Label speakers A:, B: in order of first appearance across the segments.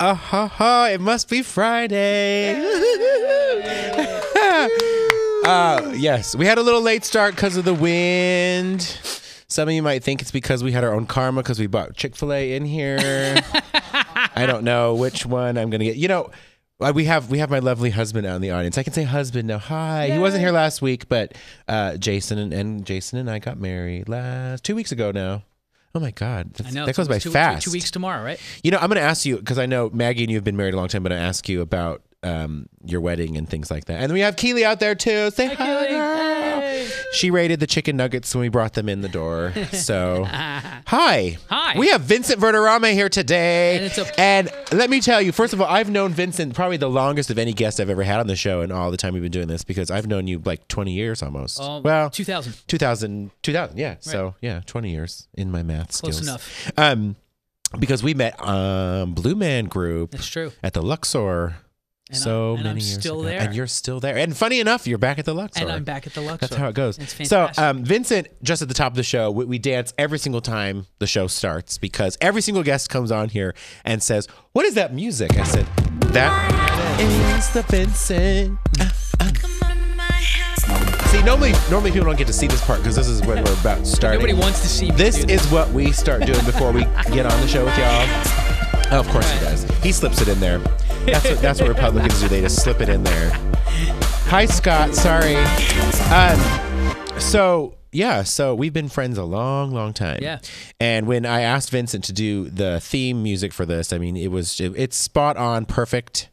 A: ah ha ha! It must be Friday. uh, yes, we had a little late start because of the wind. Some of you might think it's because we had our own karma because we bought Chick Fil A in here. I don't know which one I'm gonna get. You know, uh, we have we have my lovely husband out in the audience. I can say husband now. Hi, he wasn't here last week, but uh, Jason and, and Jason and I got married last two weeks ago now. Oh my God,
B: I know
A: that
B: it's
A: goes by
B: almost two,
A: fast.
B: Two weeks tomorrow, right?
A: You know, I'm going to ask you because I know Maggie and you have been married a long time, but I ask you about um, your wedding and things like that. And we have Keely out there too. Say hi. girl. She rated the chicken nuggets when we brought them in the door. So, hi.
B: Hi.
A: We have Vincent Verderame here today.
B: And it's a-
A: And let me tell you, first of all, I've known Vincent probably the longest of any guest I've ever had on the show and all the time we've been doing this because I've known you like 20 years almost.
B: Um,
A: well,
B: 2000.
A: 2000, 2000 yeah. So, yeah, 20 years in my math
B: Close
A: skills.
B: enough.
A: Um, because we met um, Blue Man Group
B: That's true.
A: at the Luxor
B: And
A: so
B: I'm- and
A: many
B: I'm
A: years
B: still
A: ago.
B: there.
A: and you're still there. And funny enough, you're back at the Luxor.
B: And I'm back at the Luxor.
A: That's how it goes.
B: It's
A: so,
B: fantastic.
A: um, Vincent, just at the top of the show, we, we dance every single time the show starts because every single guest comes on here and says, "What is that music?" I said, "That is the Vincent." See, normally, normally people don't get to see this part because this is what we're about starting.
B: Nobody wants to see me
A: This
B: do
A: is what we start doing before we get on the show with y'all. Oh, of course he does. He slips it in there. That's what, that's what Republicans do. They just slip it in there. Hi, Scott. Sorry. Um, so yeah, so we've been friends a long, long time.
B: Yeah.
A: And when I asked Vincent to do the theme music for this, I mean, it was it, it's spot on, perfect.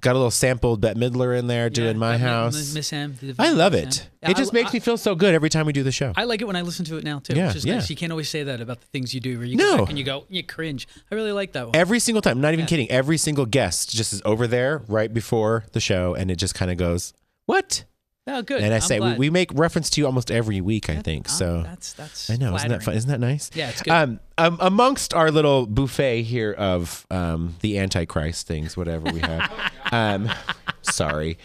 A: Got a little sampled Bette Midler in there doing my
B: I mi-
A: house.
B: Miss M. the-
A: I love
B: Miss
A: it.
B: M.
A: It just
B: I-
A: makes me feel so good every time we do the show.
B: I like it when I listen to it now too,
A: Yeah,
B: which is
A: yeah.
B: nice. You can't always say that about the things you do, where you
A: No.
B: go back and you go, you cringe. I really like that one.
A: Every single time, not even kidding. Every single guest just is over there right before the show, and it just kind of goes, "What?"
B: oh, good.
A: And I
B: I'm
A: say we,
B: glad.
A: we make reference to you almost every week. I think
B: Ah,
A: so.
B: That's that's.
A: I know. Isn't that fun?
B: flattering.
A: Isn't that nice?
B: Yeah, it's good.
A: Um, um, amongst our little buffet here of um, the Antichrist things, whatever we have. um, sorry.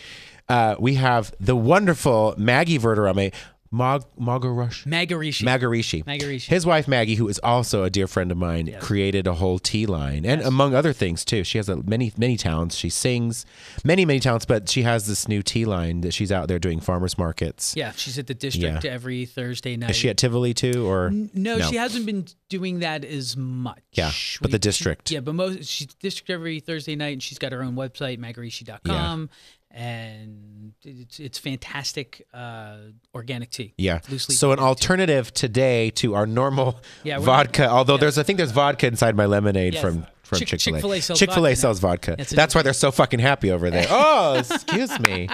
A: Uh, we have the wonderful Maggie Verderame, Mag- Magarush.
B: Magarishi.
A: Magarishi.
B: Magarishi.
A: His wife Maggie, who is also a dear friend of mine, created a whole tea line, and among other things too. She has a, many many talents. She sings many many talents, but she has this new tea line that she's out there doing farmers markets.
B: yeah, she's at the district
A: Yeah.
B: every Thursday night.
A: Is she at Tivoli too, or
B: no, she hasn't been doing that as much.
A: Yeah, but the
B: she-
A: district.
B: yeah, but most she's district every Thursday night, and she's got her own website, magarishi.com, and it's it's fantastic uh, organic tea.
A: Yeah.
B: loosely.
A: So an alternative today to our normal
B: Yeah, we're-
A: vodka. Although there's, I think there's vodka inside my lemonade
B: Yes.
A: from from
B: Chick-
A: Chick Fil A.
B: Chick-fil-A sells
A: Chick Fil A
B: vodka now.
A: sells vodka.
B: It's a
A: That's why
B: different-
A: they're so fucking happy over there. Oh, excuse me.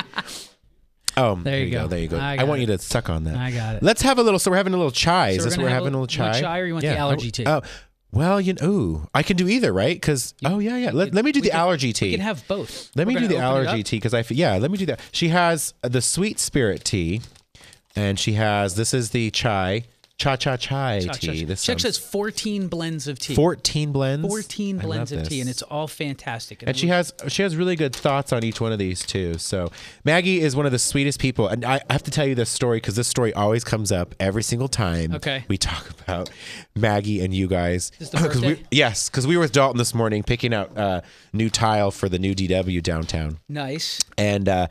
A: Oh, there,
B: you
A: you go.
B: go.
A: There you go.
B: I
A: I,
B: got
A: want
B: it.
A: you to suck on that.
B: I got it.
A: Let's have a little. So we're having a little chai. Is
B: we're
A: this
B: gonna
A: what we're
B: have a
A: having a little
B: little
A: chai?
B: chai or you want the allergy tea?
A: Oh, well, you know, ooh, I can do either, right? Because oh yeah, yeah. Let, let me do the allergy tea.
B: You can have both.
A: Let me
B: We're
A: do the
B: gonna open it
A: allergy
B: up.
A: tea because I f- yeah. Let me do that. She has the sweet spirit tea, and she has this is the chai cha cha chai
B: Oh, Chuck
A: tea.
B: says-
A: This
B: Chuck
A: sounds-
B: says 14 blends of tea.
A: fourteen blends.
B: 14
A: I love
B: blends of tea, and
A: this.
B: it's all fantastic.
A: And she has she has really good thoughts on each one of these too. So Maggie is one of the sweetest people, and I, I have to tell you this story because this story always comes up every single time.
B: Okay.
A: we talk about Maggie and you guys.
B: Is this the
A: 'Cause we-
B: birthday?
A: yes, because we were with Dalton this morning picking out uh, new tile for the new DW downtown.
B: nice.
A: And uh,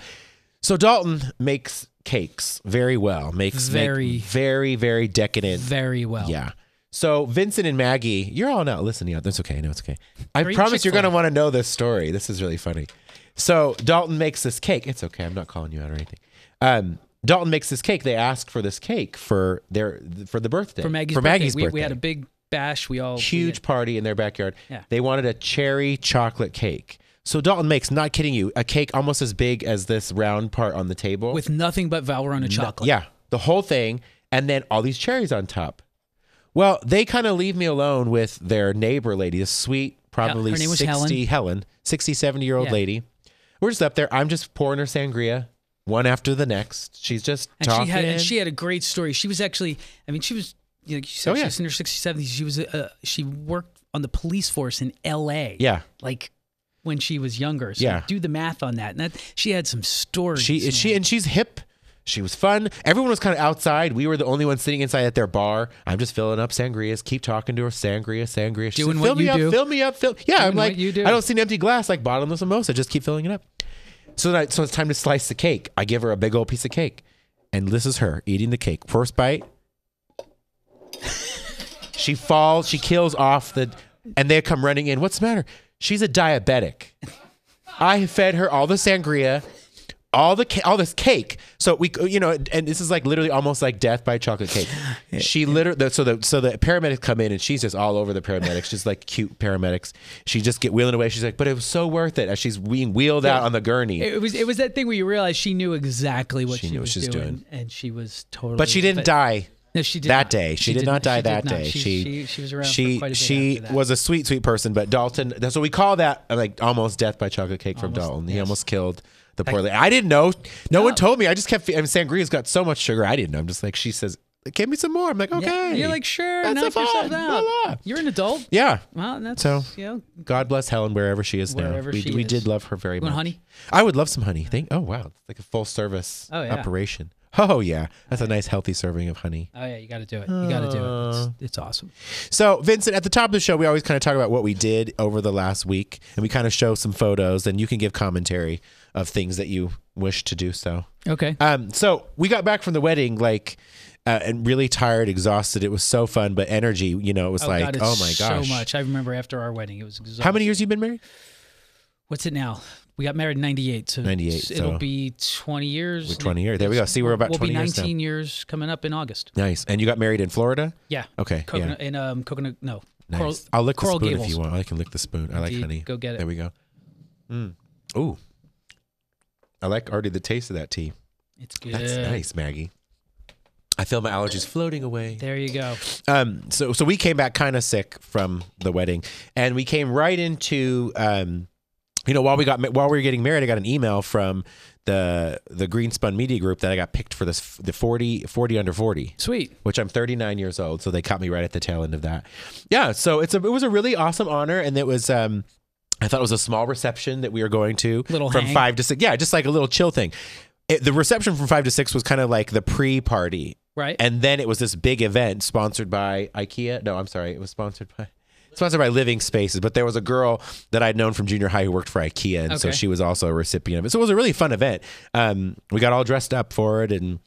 A: so Dalton makes cakes very well. Makes make
B: Very.
A: very very decadent.
B: Very well.
A: Yeah. So Vincent and Maggie, you're all not listening out. That's okay. No, it's okay. I
B: eating
A: promise you're
B: Chick-fil-A.
A: gonna want to know this story. This is really funny. So Dalton makes this cake. It's okay. I'm not calling you out or anything. Um, Dalton makes this cake. They ask for this cake for their for the birthday
B: For Maggie's,
A: for Maggie's
B: birthday.
A: birthday.
B: We, we had a big bash. We all we
A: huge
B: had-
A: party in their backyard.
B: Yeah.
A: They wanted a cherry chocolate cake. So Dalton makes, not kidding you, a cake almost as big as this round part on the table.
B: with nothing but Valrhona chocolate.
A: yeah, the whole thing, and then all these cherries on top. Well, they kind of leave me alone with their neighbor lady, this sweet, probably
B: her name was
A: 60,
B: Helen.
A: 60, 70 year old
B: Yeah.
A: lady. We're just up there. I'm just pouring her sangria, one after the next. She's just
B: and
A: talking.
B: she had and she had a great story. She was actually, I mean, she was you know, she said
A: Oh, yeah.
B: she was in her 60s, 70s. She was uh, she worked on the police force in L.A.
A: yeah.
B: like when she was younger. So
A: Yeah.
B: do the math on that. And that she had some stories.
A: She
B: man.
A: is she and she's hip She was fun. Everyone was kind of outside. We were the only ones sitting inside at their bar. I'm just filling up sangrias. Keep talking to her. Sangria, sangria. She's
B: Doing
A: like,
B: what
A: fill me
B: you
A: up,
B: do.
A: fill me up, fill. Yeah, I'm
B: what
A: like,
B: you do.
A: I don't see an empty glass like bottomless mimosa. Just keep filling it up. So then I, so it's time to slice the cake. I give her a big old piece of cake, and this is her eating the cake. First bite, she falls. She kills off the, and they come running in. What's the matter? She's a diabetic. I fed her all the sangria, all the ca- all this cake. So we, you know, and this is like literally almost like death by chocolate cake. She literally, so the so the paramedics come in and she's just all over the paramedics, just like cute paramedics. She just get wheeling away. She's like, but it was so worth it as she's being wheeled out on the gurney.
B: It was it was that thing where you realize she knew exactly what
A: She
B: she,
A: knew what
B: was
A: she was
B: doing,
A: doing.
B: and she was totally.
A: but she didn't die.
B: No, she did
A: that
B: not.
A: day. She, did, not die
B: she did
A: that
B: not.
A: day.
B: She,
A: she,
B: she she was around.
A: She
B: for quite a bit
A: she
B: after that.
A: was a sweet sweet person, but Dalton. That's what we call that. uh, Like almost death by chocolate cake from Dalton. He almost killed the poor lady. I didn't know. No, one told me. I just kept. fe- I mean, sangria's got so much sugar. I didn't know. I'm just like she says. Give me some more. I'm like
B: Yeah,
A: okay.
B: You're like sure,
A: That's
B: knock
A: fine,
B: yourself
A: blah,
B: out.
A: blah.
B: You're an adult.
A: uh, yeah.
B: Well, that's
A: So-
B: you know.
A: God bless Helen wherever she is
B: Wherever
A: now. We,
B: she
A: we
B: is.
A: did love her very
B: want
A: much.
B: honey?
A: I would love some honey. Thank. Oh wow, it's like a full service
B: Oh, yeah.
A: operation. Oh yeah, that's a nice healthy serving of honey.
B: Oh yeah, you got to do it. You got to do it.
A: Uh.
B: It's, it's awesome.
A: So, Vincent, at the top of the show, we always kind of talk about what we did over the last week, and we kind of show some photos, and you can give commentary of things that you wish to do so.
B: Okay.
A: Um, so we got back from the wedding like uh, and really tired, exhausted. It was so fun, but energy, you know, it was like,
B: God, it's
A: oh my gosh,
B: so much. I remember after our wedding, it was exhausting.
A: how many years you been married?
B: What's it now? We got married in '98, so
A: 98,
B: it's- it'll
A: so-
B: be 20 years.
A: We're Twenty years. There we go. See, we're about
B: We'll
A: twenty
B: be
A: years now.
B: 19 years coming up in August.
A: Nice. And you got married in Florida?
B: Yeah.
A: Okay,
B: Coconut in um coconut no.
A: Nice.
B: Coral-
A: I'll lick
B: Coral
A: the spoon
B: Gables.
A: if you want. I can lick the spoon. I like
B: Indeed.
A: honey.
B: Go get it.
A: There we go. Mm. Ooh, I like already the taste of that tea.
B: It's good.
A: That's nice, Maggie. I feel my allergies floating away.
B: There you go.
A: Um, so so we came back kind of sick from the wedding, and we came right into um, you know, while we got ma- while we were getting married, I got an email from the the Greenspun Media Group that I got picked for this the 40, 40 under forty
B: Sweet.
A: which I'm 39 years old, so they caught me right at the tail end of that. Yeah, so it's a it was a really awesome honor, and it was um. I thought it was a small reception that we were going to
B: Little
A: from
B: hang.
A: five to six. Yeah, just like a little chill thing. It, the reception from five to six was kind of like the pre-party,
B: Right.
A: and then it was this big event sponsored by IKEA. No, I'm sorry, it was sponsored by sponsored by Living Spaces. But there was a girl that I'd known from junior high who worked for IKEA, and so
B: Okay.
A: she was also a recipient of it. So it was a really fun event. Um, we got all dressed up for it, and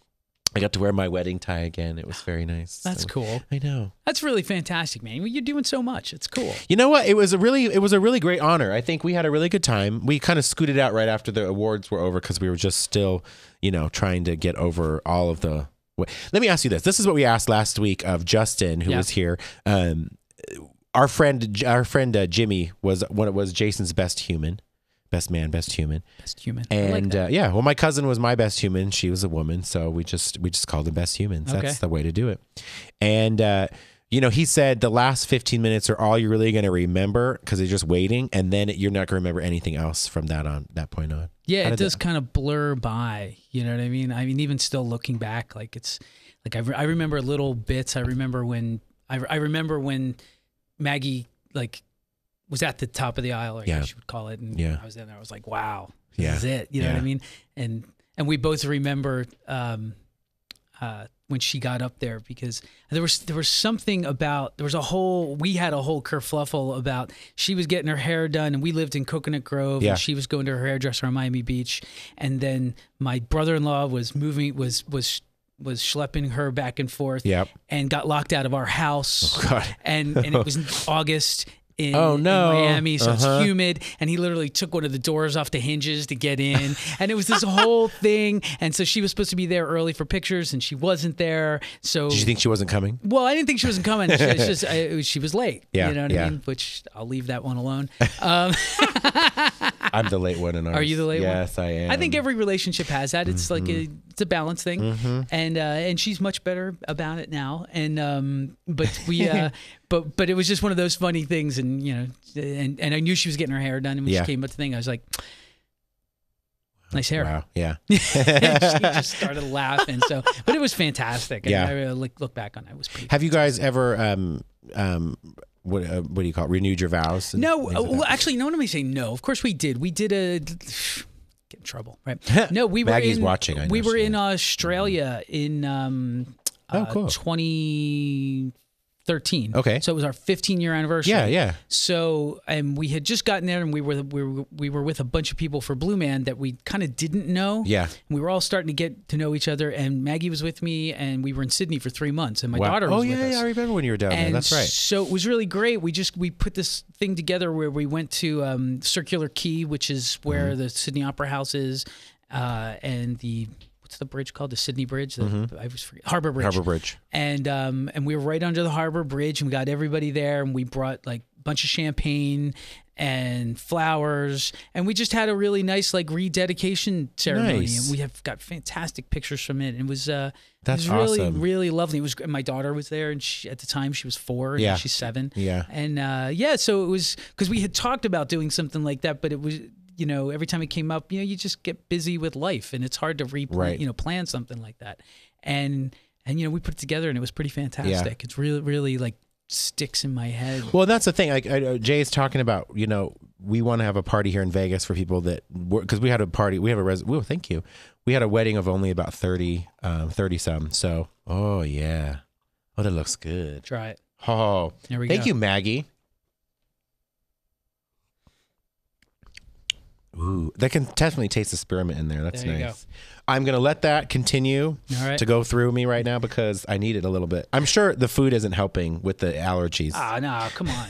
A: I got to wear my wedding tie again. It was very nice.
B: That's
A: So-
B: cool.
A: I know.
B: That's really fantastic, man. Well, You're doing so much. It's cool.
A: You know what? It was a really it was a really great honor. I think we had a really good time. We kind of scooted out right after the awards were over because we were just still, you know, trying to get over all of the. wa- Let me ask you this. This is what we asked last week of Justin, who
B: Yeah.
A: was here. Um, our friend, our friend uh, Jimmy was what it was Jason's best human, best man, best human.
B: Best human. I like
A: And
B: that.
A: uh, yeah, well, my cousin was my best human. She was a woman, so we just we just called them best humans.
B: Okay.
A: That's the way to do it. And uh, you know, he said the last fifteen minutes are all you're really going to remember because you're just waiting, and then you're not going to remember anything else from that on that point on.
B: yeah,
A: how
B: it
A: did
B: does kind of blur by. You know what I mean? I mean, even still looking back, like it's like I, re- I remember little bits. I remember when I, re- I remember when Maggie like was at the top of the aisle, or yeah.
A: Yeah.
B: she would call it, and
A: Yeah.
B: I was in there. I was like, wow, this
A: Yeah.
B: is it. You know what
A: Yeah.
B: I mean? And and we both remember um, uh, when she got up there because there was there was something about there was a whole we had a whole kerfluffle about she was getting her hair done and we lived in Coconut Grove
A: Yeah.
B: and she was going to her hairdresser on Miami Beach and then my brother-in-law was moving was was was schlepping her back and forth
A: Yep.
B: and got locked out of our house
A: Oh, God.
B: and and it was in August in,
A: Oh,
B: in
A: no.
B: Miami, so
A: Uh-huh.
B: it's humid. And he literally took one of the doors off the hinges to get in, and it was this whole thing. And so she was supposed to be there early for pictures, and she wasn't there. So.
A: Did you think she wasn't coming?
B: well, I didn't think she wasn't coming. She, it's just, I, it was- she was late.
A: Yeah,
B: you know what
A: yeah.
B: I mean. Which I'll leave that one alone.
A: I'm the late one in ours.
B: you the late one?
A: Yes, I am.
B: I think every relationship has that. It's like a,
A: Mm-hmm.
B: it's a balance thing, and uh, and she's much better about it now. And um, but we, uh, but but it was just one of those funny things, and you know, and and I knew she was getting her hair done, and when
A: Yeah.
B: she came up to the thing, I was like, nice hair.
A: Wow. Yeah.
B: and she just started laughing. So, but it was fantastic. And
A: Yeah.
B: I really look, look back on it. it was pretty.
A: Have you guys ever um um what uh, what do you call it? renewed your vows? and
B: No,
A: things
B: uh,
A: like that?
B: well, actually, no. Let me say no. Of course, we did. We did a. get in trouble, right? No, we were
A: Maggie's
B: in,
A: watching, I
B: we
A: know
B: were
A: she
B: in Australia in um,
A: Oh,
B: uh,
A: cool.
B: 2013.
A: Okay.
B: so it was our 15 year anniversary.
A: Yeah, yeah.
B: So, and we had just gotten there, and we were we were, we were with a bunch of people for Blue Man that we kind of didn't know.
A: Yeah.
B: we were all starting to get to know each other, and Maggie was with me, and we were in Sydney for three months, and my
A: Wow.
B: daughter
A: oh,
B: was
A: yeah,
B: with us.
A: yeah, I remember when you were down there.
B: And
A: That's right.
B: So it was really great. We just we put this thing together where we went to um, Circular Quay, which is where
A: Mm-hmm.
B: the Sydney Opera House is, uh, and the what's the bridge called? The Sydney Bridge. The, I was forget, Harbor Bridge.
A: Mm-hmm. Harbor Bridge.
B: And um, and we were right under the Harbor Bridge, and we got everybody there, and we brought like a bunch of champagne and flowers and we just had a really nice like rededication ceremony
A: Nice.
B: and we have got fantastic pictures from it and it was uh
A: That's
B: it was really
A: awesome.
B: really lovely it was and my daughter was there and she, at the time she was four and
A: Yeah.
B: she's seven
A: Yeah.
B: and uh yeah so it was because we had talked about doing something like that but it was you know every time it came up you know you just get busy with life and it's hard to re
A: Right.
B: you know plan something like that and and you know we put it together and it was pretty fantastic it's really really like sticks in my head
A: Well, that's the thing. Like I, uh, Jay's talking about, you know, we want to have a party here in Vegas for people that because we had a party. We have a res. Well, thank you. We had a wedding of only about 30, um, 30 some. So, oh yeah, oh that looks good.
B: try it
A: Oh,
B: there we
A: thank
B: go
A: you, Maggie. Ooh, that can definitely taste the spearmint in there. That's
B: There you go.
A: nice. I'm gonna let that continue
B: all right
A: to go through me right now because I need it a little bit. I'm sure the food isn't helping with the allergies
B: ah no come on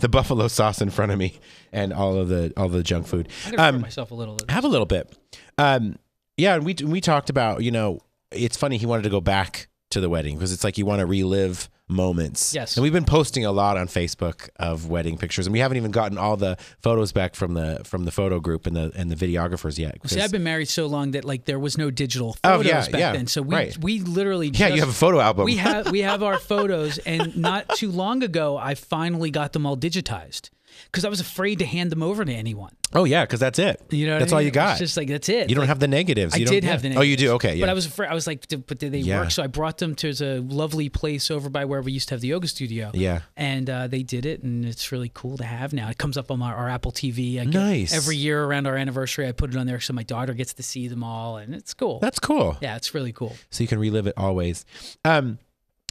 A: the buffalo sauce in front of me and all of the all the junk food.
B: i'm gonna pour
A: Um,
B: myself a little of this.
A: have a little bit. Um, yeah, and we we talked about you know it's funny he wanted to go back to the wedding because it's like you want to relive moments.
B: Yes.
A: and we've been posting a lot on Facebook of wedding pictures, and we haven't even gotten all the photos back from the from the photo group and the and the videographers yet.
B: See,
A: 'cause-
B: I've been married so long that like there was no digital
A: Oh,
B: photos
A: yeah,
B: back
A: yeah,
B: then. So we
A: right.
B: we literally
A: yeah,
B: just,
A: you have a photo album.
B: we have we have our photos, and not too long ago, I finally got them all digitized because I was afraid to hand them over to anyone.
A: oh yeah, because that's it.
B: You know, what I
A: that's all
B: mean?
A: you
B: It was
A: got.
B: just like that's it.
A: you don't have the negatives.
B: I
A: You don't-
B: did
A: yeah.
B: have the.
A: Oh, you do.
B: negatives,
A: Okay, yeah.
B: But I was afraid. I was like, "Did- but did they
A: Yeah.
B: work? So I brought them to the lovely place over by where we used to have the yoga studio.
A: yeah.
B: And uh, they did it, and it's really cool to have now. It comes up on our, our Apple TV. I get-
A: Nice.
B: Every year around our anniversary, I put it on there so my daughter gets to see them all, and it's cool.
A: That's cool.
B: Yeah, it's really cool.
A: so you can relive it always. Um,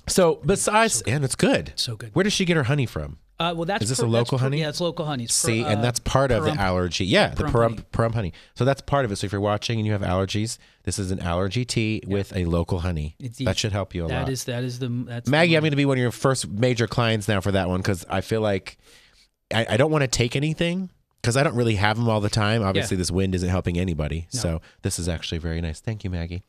A: so besides, and it's good.
B: So good.
A: Where does she get her honey from?
B: Uh, well, that's
A: Is this
B: per-
A: a
B: that's
A: local
B: per-
A: honey?
B: Yeah, it's local honey. It's per-
A: See,
B: uh,
A: and that's part of
B: perump.
A: the allergy. Yeah, the
B: Perump
A: perum
B: honey.
A: perum honey. So that's part of it. So if you're watching and you have allergies, this is an allergy tea with a local honey.
B: Indeed.
A: That should help you a
B: that
A: lot.
B: is that is the that's the
A: Maggie, I'm
B: one.
A: going to be one of your first major clients now for that one because I feel like I, I don't want to take anything because I don't really have them all the time. Obviously, this wind isn't helping anybody. So this is actually very nice. Thank you, Maggie.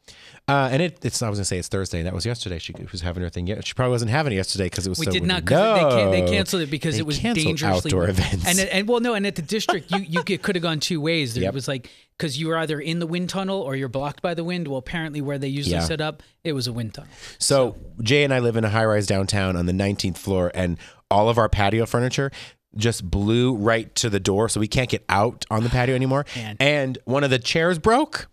A: Uh, and it, it's I was going to say it's Thursday. That was yesterday. She was having her thing. yet. She probably wasn't having it yesterday because it was
B: we
A: so
B: did
A: windy.
B: not because
A: no.
B: they, can, they canceled it because
A: They
B: it was
A: canceled
B: dangerously
A: outdoor events.
B: And and well, no, and at the district, you you could have gone two ways. There
A: Yep.
B: was like because you were either in the wind tunnel or you're blocked by the wind. Well, apparently where they usually
A: Yeah.
B: set up, it was a wind tunnel.
A: So Jay and I live in a high rise downtown on the 19th floor, and all of our patio furniture just blew right to the door, so we can't get out on the patio anymore.
B: Man.
A: And one of the chairs broke.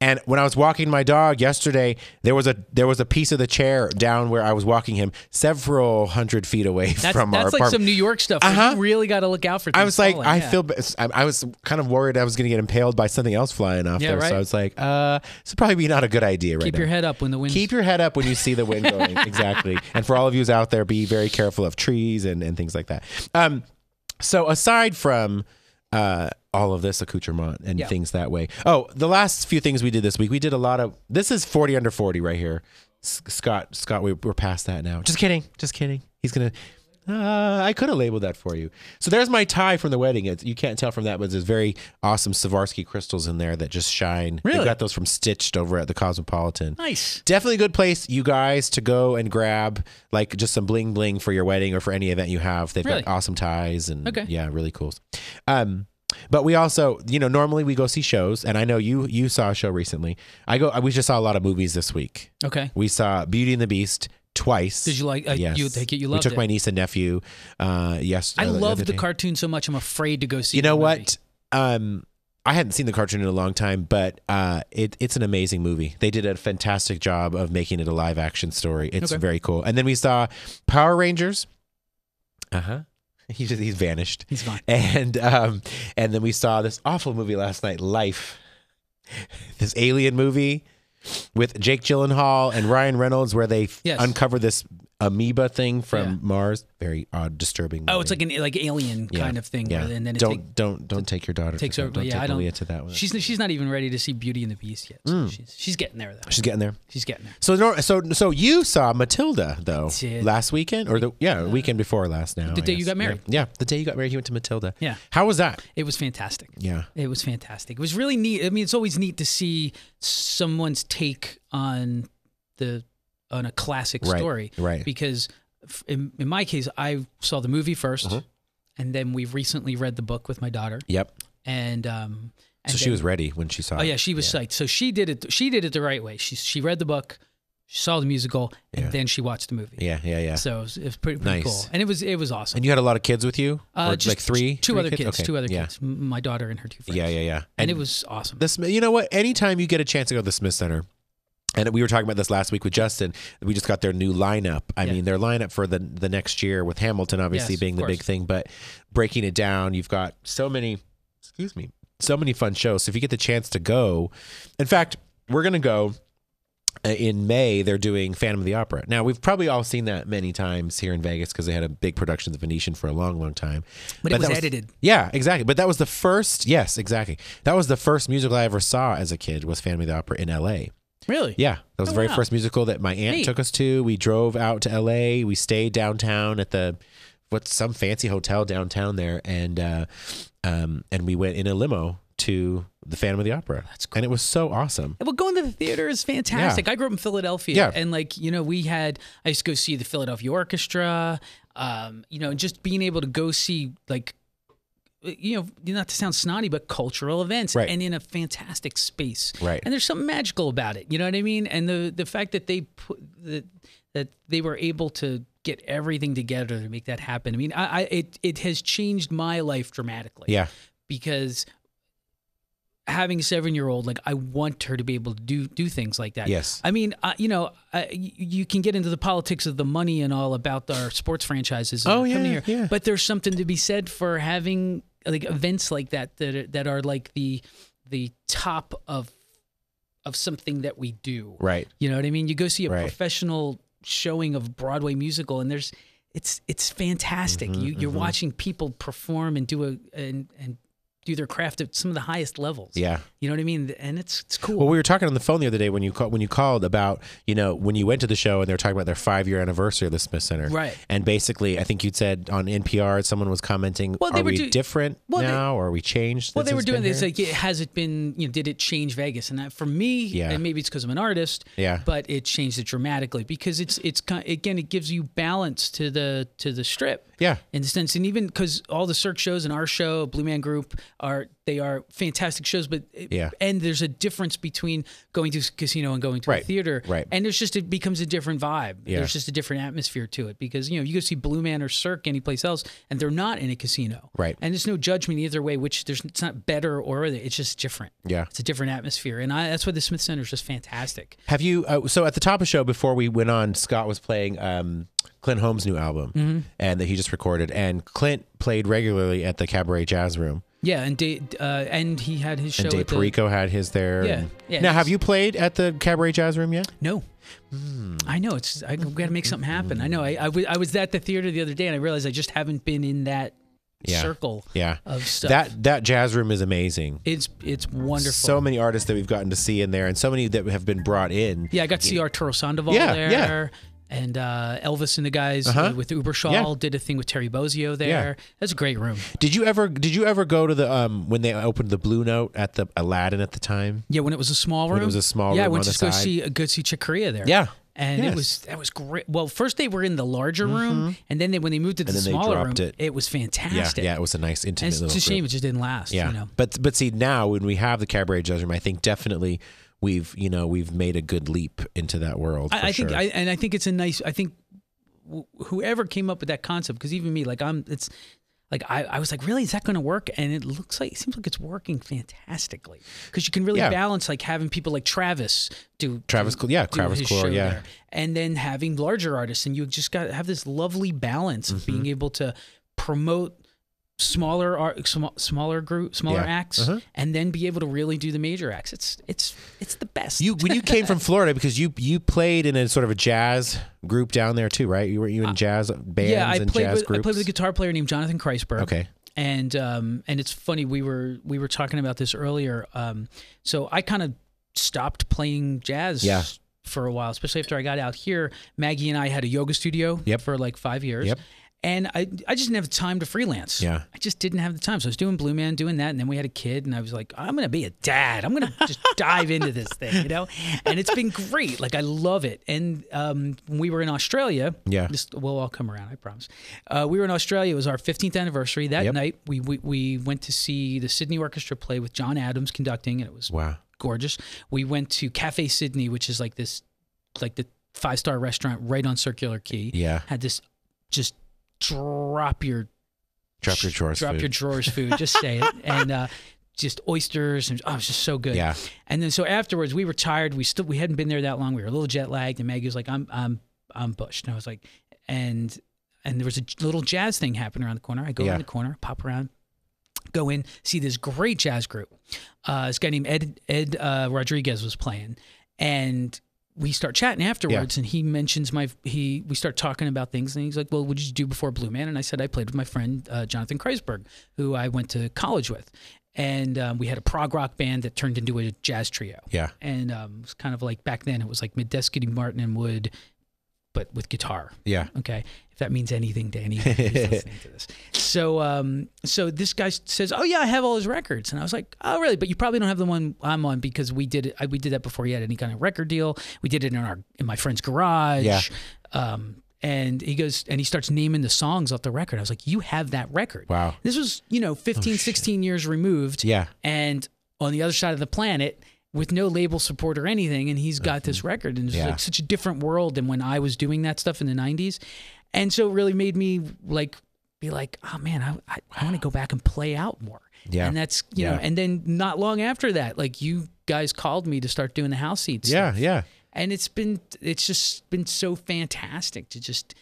A: And when I was walking my dog yesterday, there was a there was a piece of the chair down where I was walking him, several hundred feet away
B: That's
A: from our
B: that's like
A: apartment.
B: some New York stuff. where
A: Uh-huh.
B: You really got to look out for. Things
A: I was like,
B: falling,
A: I
B: yeah.
A: feel. ba- I I was kind of worried I was going to get impaled by something else flying off
B: Yeah,
A: there.
B: right.
A: So I was like, uh, this would probably be not a good idea right
B: keep
A: now.
B: your head up when the wind.
A: Keep your head up when you see the wind going. exactly. And for all of you out there, be very careful of trees and, and things like that. Um, so aside from uh, all of this accoutrement and
B: Yeah.
A: things that way. Oh, the last few things we did this week, we did a lot of. This is forty under forty right here. S- Scott, Scott, we, we're past that now. Just kidding. Just kidding. He's gonna. Uh, I could have labeled that for you. So there's my tie from the wedding. It's, you can't tell from that, but there's very awesome Swarovski crystals in there that just shine. They
B: Really?
A: got those from Stitched over at the Cosmopolitan
B: nice.
A: definitely a good place you guys to go and grab like just some bling bling for your wedding or for any event you have they've
B: Really?
A: got awesome ties and
B: Okay.
A: yeah really cool um but we also you know normally we go see shows and i know you you saw a show recently i go we just saw a lot of movies this week
B: Okay.
A: we saw beauty and the beast twice
B: Did you like? Uh,
A: yes
B: You take it. You
A: we
B: loved
A: took
B: it.
A: my niece and nephew uh yes
B: I
A: uh,
B: love
A: other
B: the
A: day.
B: cartoon so much. I'm afraid to go see.
A: you
B: the
A: know
B: movie.
A: what um I hadn't seen the cartoon in a long time, but uh, it, it's an amazing movie. They did a fantastic job of making it a live action story. It's
B: Okay. Uh-huh.
A: very cool. And then we saw Power Rangers. Uh huh. He just he's vanished.
B: He's gone.
A: And um, and then we saw this awful movie last night, Life. This alien movie with Jake Gyllenhaal and Ryan Reynolds, where they
B: Yes.
A: uncover this amoeba thing from
B: Yeah.
A: Mars. Very odd, disturbing.
B: Oh, it's like an like alien kind of thing.
A: Yeah.
B: where- And then it
A: don't
B: take-
A: don't don't take your daughter.
B: takes
A: to that.
B: over.
A: Don't
B: yeah,
A: take
B: I don't.
A: Aaliyah to that one. Hmm. She's,
B: She's she's not even ready to see Beauty and the Beast yet. So she's she's getting there though.
A: getting there.
B: She's getting there.
A: So nor- so so you saw Matilda though
B: Did. Uh,
A: last weekend or the yeah weekend before last now.
B: The
A: I
B: day you
A: guess.
B: got married.
A: Yeah. Yeah, the day you got married, you went to Matilda.
B: Yeah.
A: How was that?
B: It was fantastic.
A: Yeah.
B: It was fantastic. It was really neat. I mean, it's always neat to see someone's take on the on a classic
A: Right,
B: story.
A: right.
B: Because f- in, in my case, I saw the movie 1st
A: Mm-hmm.
B: and then we recently read the book with my daughter.
A: Yep.
B: And um, and
A: So she
B: then-
A: was ready when she saw.
B: Oh
A: it.
B: yeah, she was psyched. So she did it. She did it the right way. She she read the book, she saw the musical, and
A: Yeah.
B: then she watched the movie.
A: Yeah, yeah, yeah.
B: So it was, it was pretty, pretty
A: Nice.
B: cool, and it was it was awesome. Uh,
A: and you had a lot of kids with you, Or,
B: just
A: like three,
B: two
A: three
B: other kids,
A: Okay,
B: two other
A: yeah.
B: kids, m- my daughter and her two friends.
A: Yeah, yeah, yeah.
B: and, it was awesome.
A: the Smith. You know what? Anytime you get a chance to go to the Smith Center, and we were talking about this last week with Justin. We just got their new lineup. I
B: Yeah.
A: mean, their lineup for the the next year with Hamilton obviously
B: Yes,
A: being
B: of
A: the
B: course.
A: big thing, but breaking it down, you've got so many. Excuse me. So many fun shows. So if you get the chance to go, in fact, we're gonna go. uh, In May, they're doing Phantom of the Opera. Now, we've probably all seen that many times here in Vegas because they had a big production of the Venetian for a long, long time.
B: but it was,
A: that
B: edited.
A: yeah, exactly. But that was the first. Yes, exactly. That was the first musical I ever saw as a kid was Phantom of the Opera in L.A.
B: Really?
A: Yeah, that was
B: Oh,
A: the very
B: wow.
A: first musical that my aunt
B: Neat.
A: took us to. We drove out to L.A. We stayed downtown at the what's some fancy hotel downtown there, and uh, um, and we went in a limo to the Phantom of the Opera.
B: That's
A: And it was so awesome.
B: Well, going to the theater is fantastic. I grew up in Philadelphia,
A: Yeah.
B: and like you know, we had I used to go see the Philadelphia Orchestra. Um, you know, and just being able to go see like, uh, you know, not to sound snotty, but cultural events,
A: Right.
B: and in a fantastic space,
A: Right.
B: And there's something magical about it. You know what I mean? And the the fact that they put the, that they were able to get everything together to make that happen. I mean, I, I it it has changed my life dramatically
A: Yeah,
B: because having a seven year old, like I want her to be able to do do things like that.
A: Yes.
B: I mean, I, you know, I, you you can get into the politics of the money and all about our sports franchises. and
A: Oh,
B: coming
A: yeah,
B: here,
A: yeah.
B: But there's something to be said for having like events like that that are, that are like the the top of of something that we do.
A: right.
B: You know what I mean? You go see a
A: Right.
B: professional showing of Broadway musical, and there's it's it's fantastic.
A: Mm-hmm,
B: you you're watching people perform and do a and and do their craft at some of the highest levels.
A: Yeah.
B: you know what I mean. And it's it's cool.
A: Well, we were talking on the phone the other day when you call, when you called about you know when you went to the show and they were talking about their five year anniversary of the Smith Center,
B: Right.
A: And basically, I think you'd said on NPR someone was commenting,
B: Well, they
A: "Are
B: were
A: we
B: do-
A: different
B: well, they-
A: now? or are we changed?"
B: Well,
A: since
B: they were
A: it's
B: doing
A: been
B: this
A: here?"
B: like, it, has it been, you know, did it change Vegas? And that for me,
A: Yeah.
B: and maybe it's because I'm an artist,
A: Yeah.
B: but it changed it dramatically because it's, it's, ki- again, it gives you balance to the, to the strip.
A: Yeah.
B: In the sense, and even because all the search shows and our show, Blue Man Group, are, they are fantastic shows, but, it-
A: Yeah.
B: and there's a difference between going to a casino and going to a
A: Right.
B: theater.
A: Right.
B: And there's just, it becomes a different vibe.
A: Yeah.
B: There's just a different atmosphere to it because, you know, you go see Blue Man or Cirque, anyplace else, and they're not in a casino.
A: Right.
B: And there's no judgment either way, which there's it's not better or other, it's just different.
A: Yeah.
B: It's a different atmosphere. And I, that's why the Smith Center is just fantastic.
A: Have you? Uh, so at the top of the show before we went on, Scott was playing um, Clint Holmes' new album,
B: Mm-hmm.
A: and that he just recorded. And Clint played regularly at the Cabaret Jazz Room,
B: Yeah, and Dave, uh, and he had his show
A: and Dave
B: at the-
A: Perico had his there.
B: Yeah,
A: and-
B: yeah,
A: now,
B: it's-
A: have you played at the Cabaret Jazz Room yet?
B: No.
A: Hmm.
B: I know it's I got to make something happen. I know I I wa- I was at the theater the other day and I realized I just haven't been in that
A: Yeah.
B: circle
A: Yeah.
B: of stuff.
A: That that jazz room is amazing.
B: it's it's wonderful.
A: so many artists that we've gotten to see in there and so many that have been brought in.
B: yeah, I got to see Arturo Sandoval
A: Yeah, yeah. Uh-huh.
B: there. And uh, Elvis and the guys uh, with Ubershaw
A: Yeah.
B: did a thing with Terry Bozzio there. That's a great room.
A: Did you ever did you ever go to the um when they opened the Blue Note at the Aladdin at the time?
B: Yeah, when it was a small room.
A: it was a small
B: yeah, I
A: room
B: went
A: on
B: to
A: the
B: go
A: side.
B: see go see Chicoria there.
A: Yeah.
B: And it
A: Yes. Mm-hmm.
B: was that was great. Well, first they were in the larger room, and then they, when they moved to the
A: then they
B: smaller room,
A: dropped it.
B: was
A: Yeah,
B: fantastic.
A: yeah, it was a nice intimate
B: and it's
A: little
B: just a shame
A: group.
B: it just didn't last.
A: Yeah.
B: you know.
A: But but see now when we have the cabaret jazz room, I think definitely we've you know we've made a good leap into that world. for
B: I, I think,
A: sure.
B: I, and I think it's a nice. I think wh- whoever came up with that concept, because even me, like I'm, it's like I, I was like, really, is that going to work? And it looks like it seems like it's working fantastically because you can really
A: Yeah.
B: balance like having people like Travis do
A: Travis
B: do,
A: Cl- yeah,
B: do
A: Travis
B: his
A: Clore,
B: show
A: yeah. Mm-hmm.
B: there, and then having larger artists, and you just got to have this lovely balance of being able to promote smaller art, sm- smaller group, smaller
A: Yeah.
B: acts,
A: Uh-huh.
B: and then be able to really do the major acts. It's it's it's the best.
A: You when you came from Florida because you you played in a sort of a jazz group down there too, right? You were you in jazz bands
B: yeah, I
A: and
B: played
A: jazz
B: with
A: groups.
B: I played with a guitar player named Jonathan Kreisberg.
A: okay.
B: and um, and it's funny we were we were talking about this earlier. Um, so I kind of stopped playing jazz
A: Yeah.
B: for a while, especially after I got out here. Maggie and I had a yoga studio
A: Yep.
B: for like five years.
A: Yep.
B: And I, I just didn't have the time to freelance.
A: Yeah.
B: I just didn't have the time. So I was doing Blue Man, doing that. And then we had a kid, and I was like, I'm going to be a dad. I'm going to just dive into this thing, you know? And it's been great. Like, I love it. And um, when we were in Australia,
A: Yeah.
B: this will all come around, I promise. Uh, we were in Australia. It was our 15th anniversary. That
A: Yep.
B: night, we, we, we went to see the Sydney Orchestra play with John Adams conducting, and it was
A: Wow.
B: gorgeous. We went to Cafe Sydney, which is like this, like the five star restaurant right on Circular Quay.
A: Yeah.
B: Had this just drop your
A: Drop your drawers.
B: drop
A: food.
B: your drawers food. Just say it, and uh, just oysters, and oh, it was just so good.
A: Yeah.
B: And then so afterwards, we were tired. We still we hadn't been there that long. We were a little jet lagged, and Maggie was like, "I'm I'm I'm bushed," and I was like, and and there was a j- little jazz thing happening around the corner. I go
A: Yeah.
B: around the corner, pop around, go in, see this great jazz group. Uh, this guy named Ed Ed uh, Rodriguez was playing, and we start chatting afterwards. And he mentions my he we start talking about things, and he's like, "Well, what did you do before Blue Man?" And I said, "I played with my friend uh, Jonathan Kreisberg, who I went to college with." And um, we had a prog rock band that turned into a jazz trio.
A: Yeah.
B: And um, it was kind of like back then, it was like Medeski, Martin, and Wood, but with guitar
A: Yeah.
B: okay if that means anything to anyone who's listening to this so um so this guy says oh yeah i have all his records and i was like oh really but you probably don't have the one i'm on because we did it I, we did that before he had any kind of record deal we did it in our in my friend's garage
A: Yeah.
B: um and he goes and he starts naming the songs off the record i was like you have that record
A: Wow. Oh,
B: this was you know 15 16 years removed
A: Yeah.
B: and on the other side of the planet with no label support or anything and he's got this record and it's
A: Mm-hmm. Yeah.
B: like such a different world than when I was doing that stuff in the 90s and so it really made me like be like oh man I, I, I want to go back and play out more
A: Yeah.
B: and that's you know
A: Yeah.
B: and then not long after that like you guys called me to start doing the house seats
A: Yeah. Yeah.
B: and it's been it's just been so fantastic to just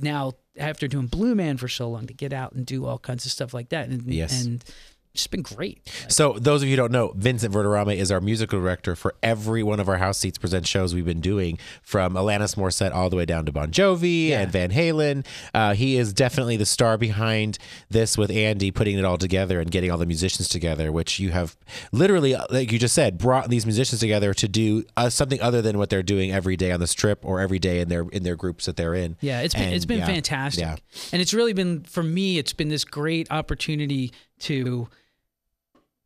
B: now after doing Blue Man for so long to get out and do all kinds of stuff like that and
A: Yes.
B: and it's been great
A: So, those of you who don't know, Vincent Verderame is our musical director for every one of our House Seats Present shows we've been doing, from Alanis Morissette all the way down to Bon Jovi and Van Halen. Uh, he is definitely the star behind this with Andy putting it all together and getting all the musicians together, which you have literally, uh, like you just said, brought these musicians together to do uh, something other than what they're doing every day on the strip or every day in their in their groups that they're in.
B: Yeah, it's been it's
A: And,
B: been
A: yeah,
B: fantastic.
A: yeah.
B: And it's really been for me it's been this great opportunity to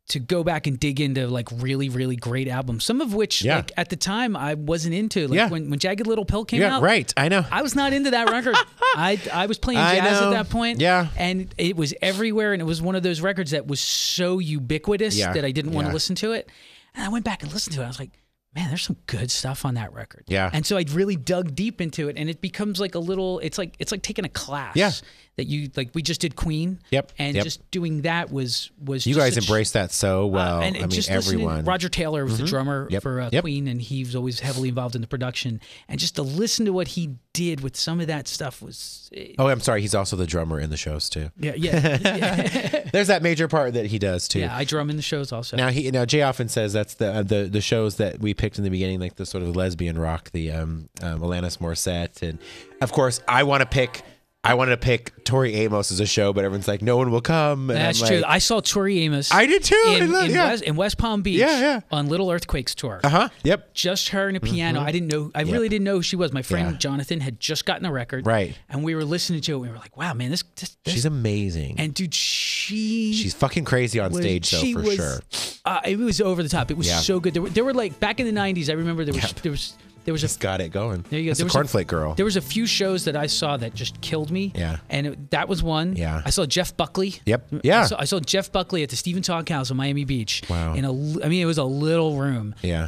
B: to go back and dig into like really really great albums. Some of which
A: Yeah.
B: like at the time I wasn't into like
A: Yeah.
B: when when Jagged Little Pill came
A: Yeah,
B: out.
A: right. I know.
B: I was not into that record. I I was playing
A: I
B: jazz
A: know.
B: at that point.
A: Yeah.
B: And it was everywhere and it was one of those records that was so ubiquitous
A: Yeah.
B: that I didn't want
A: Yeah.
B: to listen to it. And I went back and listened to it. I was like, man, there's some good stuff on that record.
A: Yeah.
B: And so I really dug deep into it and it becomes like a little it's like it's like taking a class.
A: Yeah.
B: That you like we just did Queen.
A: Yep.
B: And
A: Yep.
B: just doing that was was
A: you
B: just
A: guys
B: such-
A: embrace that so well.
B: and
A: Oh, I mean,
B: just listening-
A: everyone. Mm-hmm.
B: Roger Taylor was the drummer
A: Yep.
B: for uh,
A: Yep.
B: Queen, and he was always heavily involved in the production. And just to listen to what he did with some of that stuff was, eh,
A: Oh, I'm sorry. He's also the drummer in the shows too.
B: yeah, yeah,
A: There's that major part that he does too.
B: yeah. I drum in the shows also.
A: Now he now Jay often says that's the uh, the the shows that we picked in the beginning, like the sort of lesbian rock, the um, um Alanis Morissette, and of course I want to pick I wanted to pick Tori Amos as a show, but everyone's like no one will come. And
B: That's
A: I'm
B: true.
A: like,
B: I saw Tori Amos.
A: I did too.
B: in,
A: and look,
B: in
A: yeah.
B: West, in West Palm Beach.
A: Yeah, yeah.
B: On Little Earthquakes tour.
A: uh huh. Yep.
B: Just her and a piano. I didn't know. I really didn't know who she was. My friend
A: Mm-hmm. Yeah.
B: Jonathan had just gotten a record.
A: Right.
B: And we were listening to it. And we were like, wow, man, this. this, this.
A: She's amazing.
B: and dude, she.
A: She's fucking crazy on
B: was-
A: stage though,
B: she
A: for
B: was-
A: sure.
B: Uh, it was over the top. It was
A: Yeah.
B: so good. There were, there were like back in the '90s. I remember there was there was there was a
A: Just got it going.
B: there you go.
A: That's
B: there
A: a
B: was
A: cornflake girl.
B: There was a few shows that I saw that just killed me.
A: Yeah.
B: and it, that was one.
A: Yeah.
B: I saw Jeff Buckley.
A: Yep.
B: I
A: Yeah.
B: saw- I saw, Jeff Buckley at the Stephen Talk House in Miami Beach.
A: Wow.
B: In a, l- I mean, it was a little room,
A: yeah.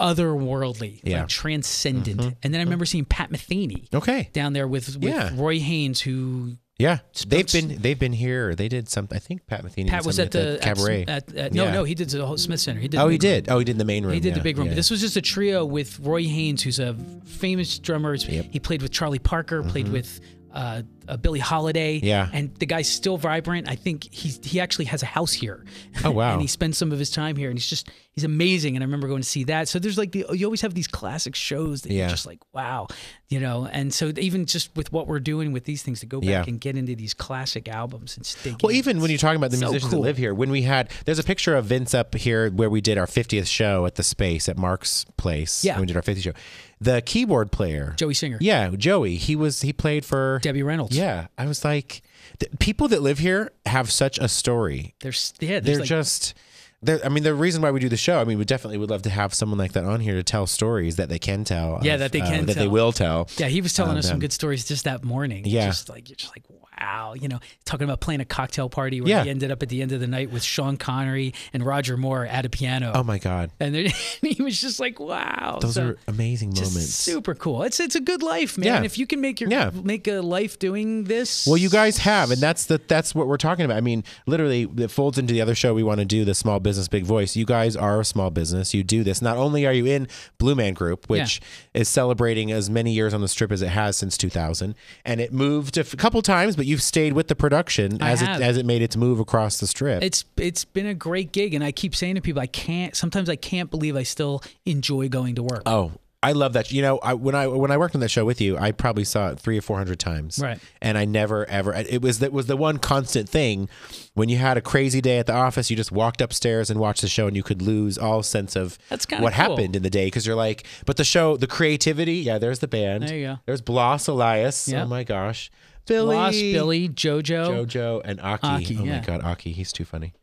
B: otherworldly,
A: Yeah. Mm-hmm.
B: like transcendent. And then I remember seeing Pat Metheny
A: Okay.
B: down there with, with
A: Yeah.
B: Roy Haynes, who
A: Yeah, they've
B: Spooks.
A: been they've been here. They did some. I think Pat Metheny.
B: Pat
A: did
B: was at
A: something
B: the at-
A: cabaret.
B: At, at- no,
A: Yeah.
B: no, he did the whole Smith Center. He did.
A: oh,
B: the
A: he
B: big room.
A: did. Oh, he did the main room.
B: He did
A: yeah,
B: the big room.
A: yeah.
B: But this was just a trio with Roy Haynes, who's a famous drummer. He played with Charlie Parker, played with uh, uh, Billie Holiday.
A: Mm-hmm. Yeah.
B: And the guy's still vibrant. I think he's he actually has a house here.
A: Oh, wow.
B: and he spends some of his time here, and he's just he's amazing. And I remember going to see that. So there's like the you always have these classic shows that
A: Yeah.
B: you're just like wow, you know. And so even just with what we're doing with these things to go back
A: Yeah.
B: and get into these classic albums and dig.
A: Well,
B: in,
A: even when
B: it's-
A: you're talking about the
B: so
A: musicians
B: cool.
A: that live here, when we had, there's a picture of Vince up here where we did our 50th show at the space at Mark's place.
B: Yeah.
A: when we did our 50th show. The keyboard player,
B: Joey Singer,
A: yeah, Joey. He was he played for
B: Debbie Reynolds,
A: Yeah, I was like, the people that live here have such a story.
B: there's yeah, there's
A: They're
B: like,
A: just. They're, I mean, the reason why we do the show, I mean, we definitely would love to have someone like that on here to tell stories that they can tell.
B: Yeah,
A: of,
B: that they
A: uh,
B: can
A: That they
B: tell.
A: will tell.
B: Yeah, he was telling
A: Um,
B: us some
A: um,
B: good stories just that morning.
A: Yeah.
B: Just like you're just like, wow, you know, talking about playing a cocktail party where
A: Yeah.
B: he ended up at the end of the night with Sean Connery and Roger Moore at a piano.
A: Oh, my God.
B: And, there, he was just like, wow.
A: Those
B: So
A: are amazing
B: just
A: moments.
B: super cool. It's it's a good life, man.
A: Yeah.
B: If you can make your
A: Yeah.
B: make a life doing this.
A: Well, you guys have, and that's the that's what we're talking about. I mean, literally, it folds into the other show we want to do, the small business big voice. You guys are a small business. You do this. Not only are you in Blue Man Group, which is celebrating as many years on the strip as it has since 2000, and it moved a f- couple times, but you've stayed with the production
B: I
A: as it
B: have.
A: as it made its move across the strip.
B: It's it's been a great gig, and I keep saying to people, I can't. Sometimes I can't believe I still enjoy going to work.
A: oh. I love that. You know, I, when I when I worked on that show with you, I probably saw it three or four hundred times.
B: Right.
A: and I never ever it was that was the one constant thing when you had a crazy day at the office you just walked upstairs and watched the show and you could lose all sense of
B: That's kinda
A: what
B: cool.
A: happened in the day because you're like but the show the creativity yeah there's the band
B: There you go.
A: there's Bloss Elias
B: Yeah.
A: oh my gosh Billy
B: Lost Billy, JoJo.
A: JoJo and Aki,
B: Aki,
A: oh
B: yeah.
A: my god Aki he's too funny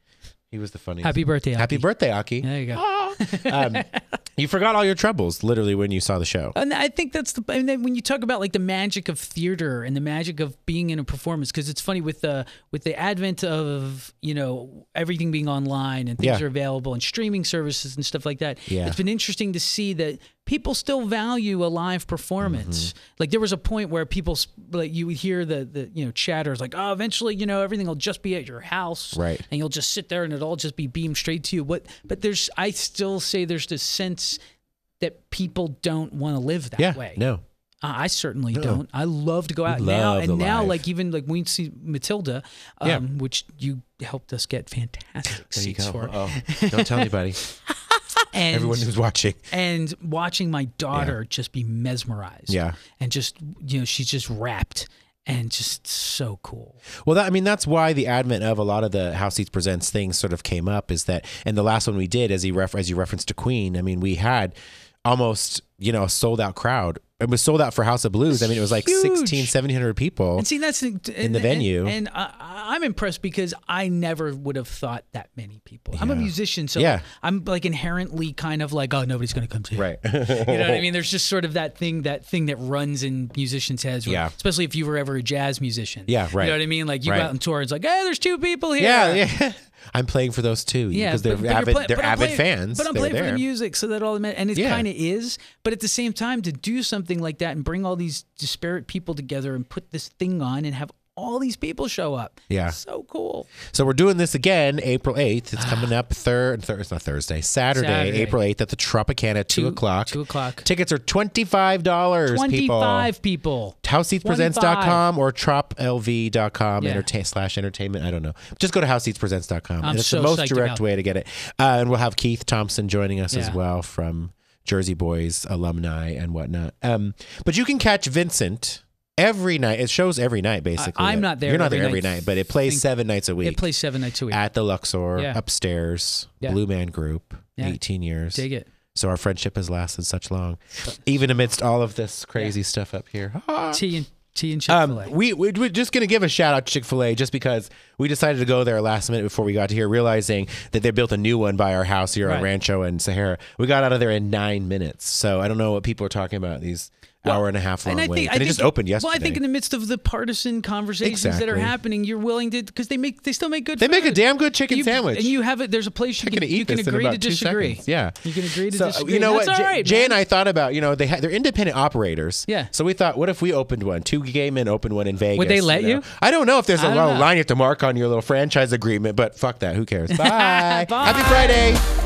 A: he was the funniest
B: Happy birthday!
A: Happy
B: Aki.
A: birthday Aki
B: There you go.
A: um, you forgot all your troubles literally when you saw the show
B: And I think that's the. And then when you talk about like the magic of theater and the magic of being in a performance, because it's funny with the with the advent of you know everything being online and things
A: Yeah.
B: are available and streaming services and stuff like that.
A: Yeah.
B: It's been interesting to see that people still value a live performance.
A: Mm-hmm.
B: Like there was a point where people s- like you would hear the the you know chatter is like, oh, eventually you know everything will just be at your house,
A: Right.
B: And you'll just sit there and it'll all just be beamed straight to you. What? But there's I still say there's this sense that people don't want to live that
A: yeah
B: way. Uh,
A: no
B: I I certainly don't. I love to go out
A: love
B: now
A: the
B: and now,
A: live.
B: like even like we see Matilda, um,
A: Yeah.
B: which you helped us get fantastic
A: there you
B: seats
A: go
B: for,
A: oh don't tell anybody
B: and
A: everyone who's watching
B: and watching my daughter just be mesmerized,
A: Yeah.
B: and just you know she's just wrapped and just so cool.
A: Well, that, I mean, that's why the advent of a lot of the How Seats Presents things sort of came up is that, and the last one we did, as he ref, as you referenced to Queen, I mean, we had almost, you know, a sold out crowd. It was sold out for House of Blues. I mean, it was like
B: Huge.
A: 16, 1700 people.
B: And see, that's in
A: the venue.
B: And, I, I'm impressed because I never would have thought that many people. I'm a musician, so
A: Yeah.
B: I'm like inherently kind of like, oh, nobody's going to come to
A: Right.
B: You know what I
A: Oh.
B: mean? There's just sort of that thing, that thing that runs in musicians' heads. where-
A: Yeah.
B: Especially if you were ever a jazz musician.
A: Yeah, right.
B: You know what I mean? Like you
A: Right.
B: go out on tour, it's like, hey, there's two people here.
A: yeah. Yeah. I'm playing for those too. Because they're
B: but- but you're
A: avid,
B: play-
A: they're
B: but I'm
A: avid
B: playing-
A: fans.
B: But I'm
A: they're
B: playing
A: there.
B: for the music, so that all it meant, and it
A: Yeah.
B: kind of is. But at the same time, to do something like that and bring all these disparate people together and put this thing on and have all these people show up,
A: Yeah.
B: so cool.
A: So we're doing this again, April 8th. It's coming up third, thir- it's not Thursday, Saturday,
B: Saturday.
A: April 8th at the Tropicana, 2
B: Two-
A: o'clock.
B: two o'clock.
A: Tickets are $25, people.
B: Twenty-five people.
A: houseseatspresents.com or troplv.com
B: Yeah.
A: entertain, slash entertainment. I don't know. Just go to houseseatspresents.com.
B: I'm
A: and it's
B: so
A: the most
B: psyched
A: direct
B: about
A: way to get it. Uh, and we'll have Keith Thompson joining us as
B: Yeah.
A: well from Jersey Boys alumni and whatnot. Um, but you can catch Vincent every night. It shows every night, basically.
B: I'm not there
A: You're not
B: every
A: there every night,
B: night.
A: but it plays
B: Think-
A: seven nights a week
B: It plays seven nights a week.
A: at the Luxor
B: Yeah.
A: upstairs,
B: Yeah.
A: Blue Man Group,
B: Yeah.
A: 18 years.
B: Dig it.
A: So our friendship has lasted such long, even amidst all of this crazy stuff up here. Ah.
B: T and T and Chick
A: Um,
B: Fil A.
A: we, we we're just gonna give a shout out to Chick Fil A just because we decided to go there last minute before we got to here, realizing that they built a new one by our house here on
B: Right.
A: Rancho and Sahara. We got out of there in nine minutes, so I don't know what people are talking about these hour and a half long
B: And I
A: waits.
B: think, I
A: and it
B: think-
A: just opened yesterday.
B: Well, I think in the midst of the partisan conversations that are
A: Exactly.
B: happening, you're willing to because they make they still make good.
A: they make a
B: food.
A: damn good chicken
B: You-
A: sandwich.
B: and you have it. There's a place you
A: I'm
B: can,
A: gonna eat
B: you can
A: this in
B: agree
A: about
B: to
A: two
B: disagree.
A: seconds. Yeah,
B: you can agree to
A: So, uh,
B: disagree.
A: You know
B: That's
A: what?
B: All
A: Jay,
B: right,
A: Jay
B: man.
A: and I thought about, you know, they ha- they're independent operators.
B: Yeah.
A: So we thought, what if we opened one? Two gay men opened one in Vegas.
B: they let
A: know?
B: you?
A: I don't know if there's a
B: don't
A: long
B: know.
A: line you have to mark on your little franchise agreement, but fuck that. Who cares? Bye.
B: Bye.
A: Happy Friday.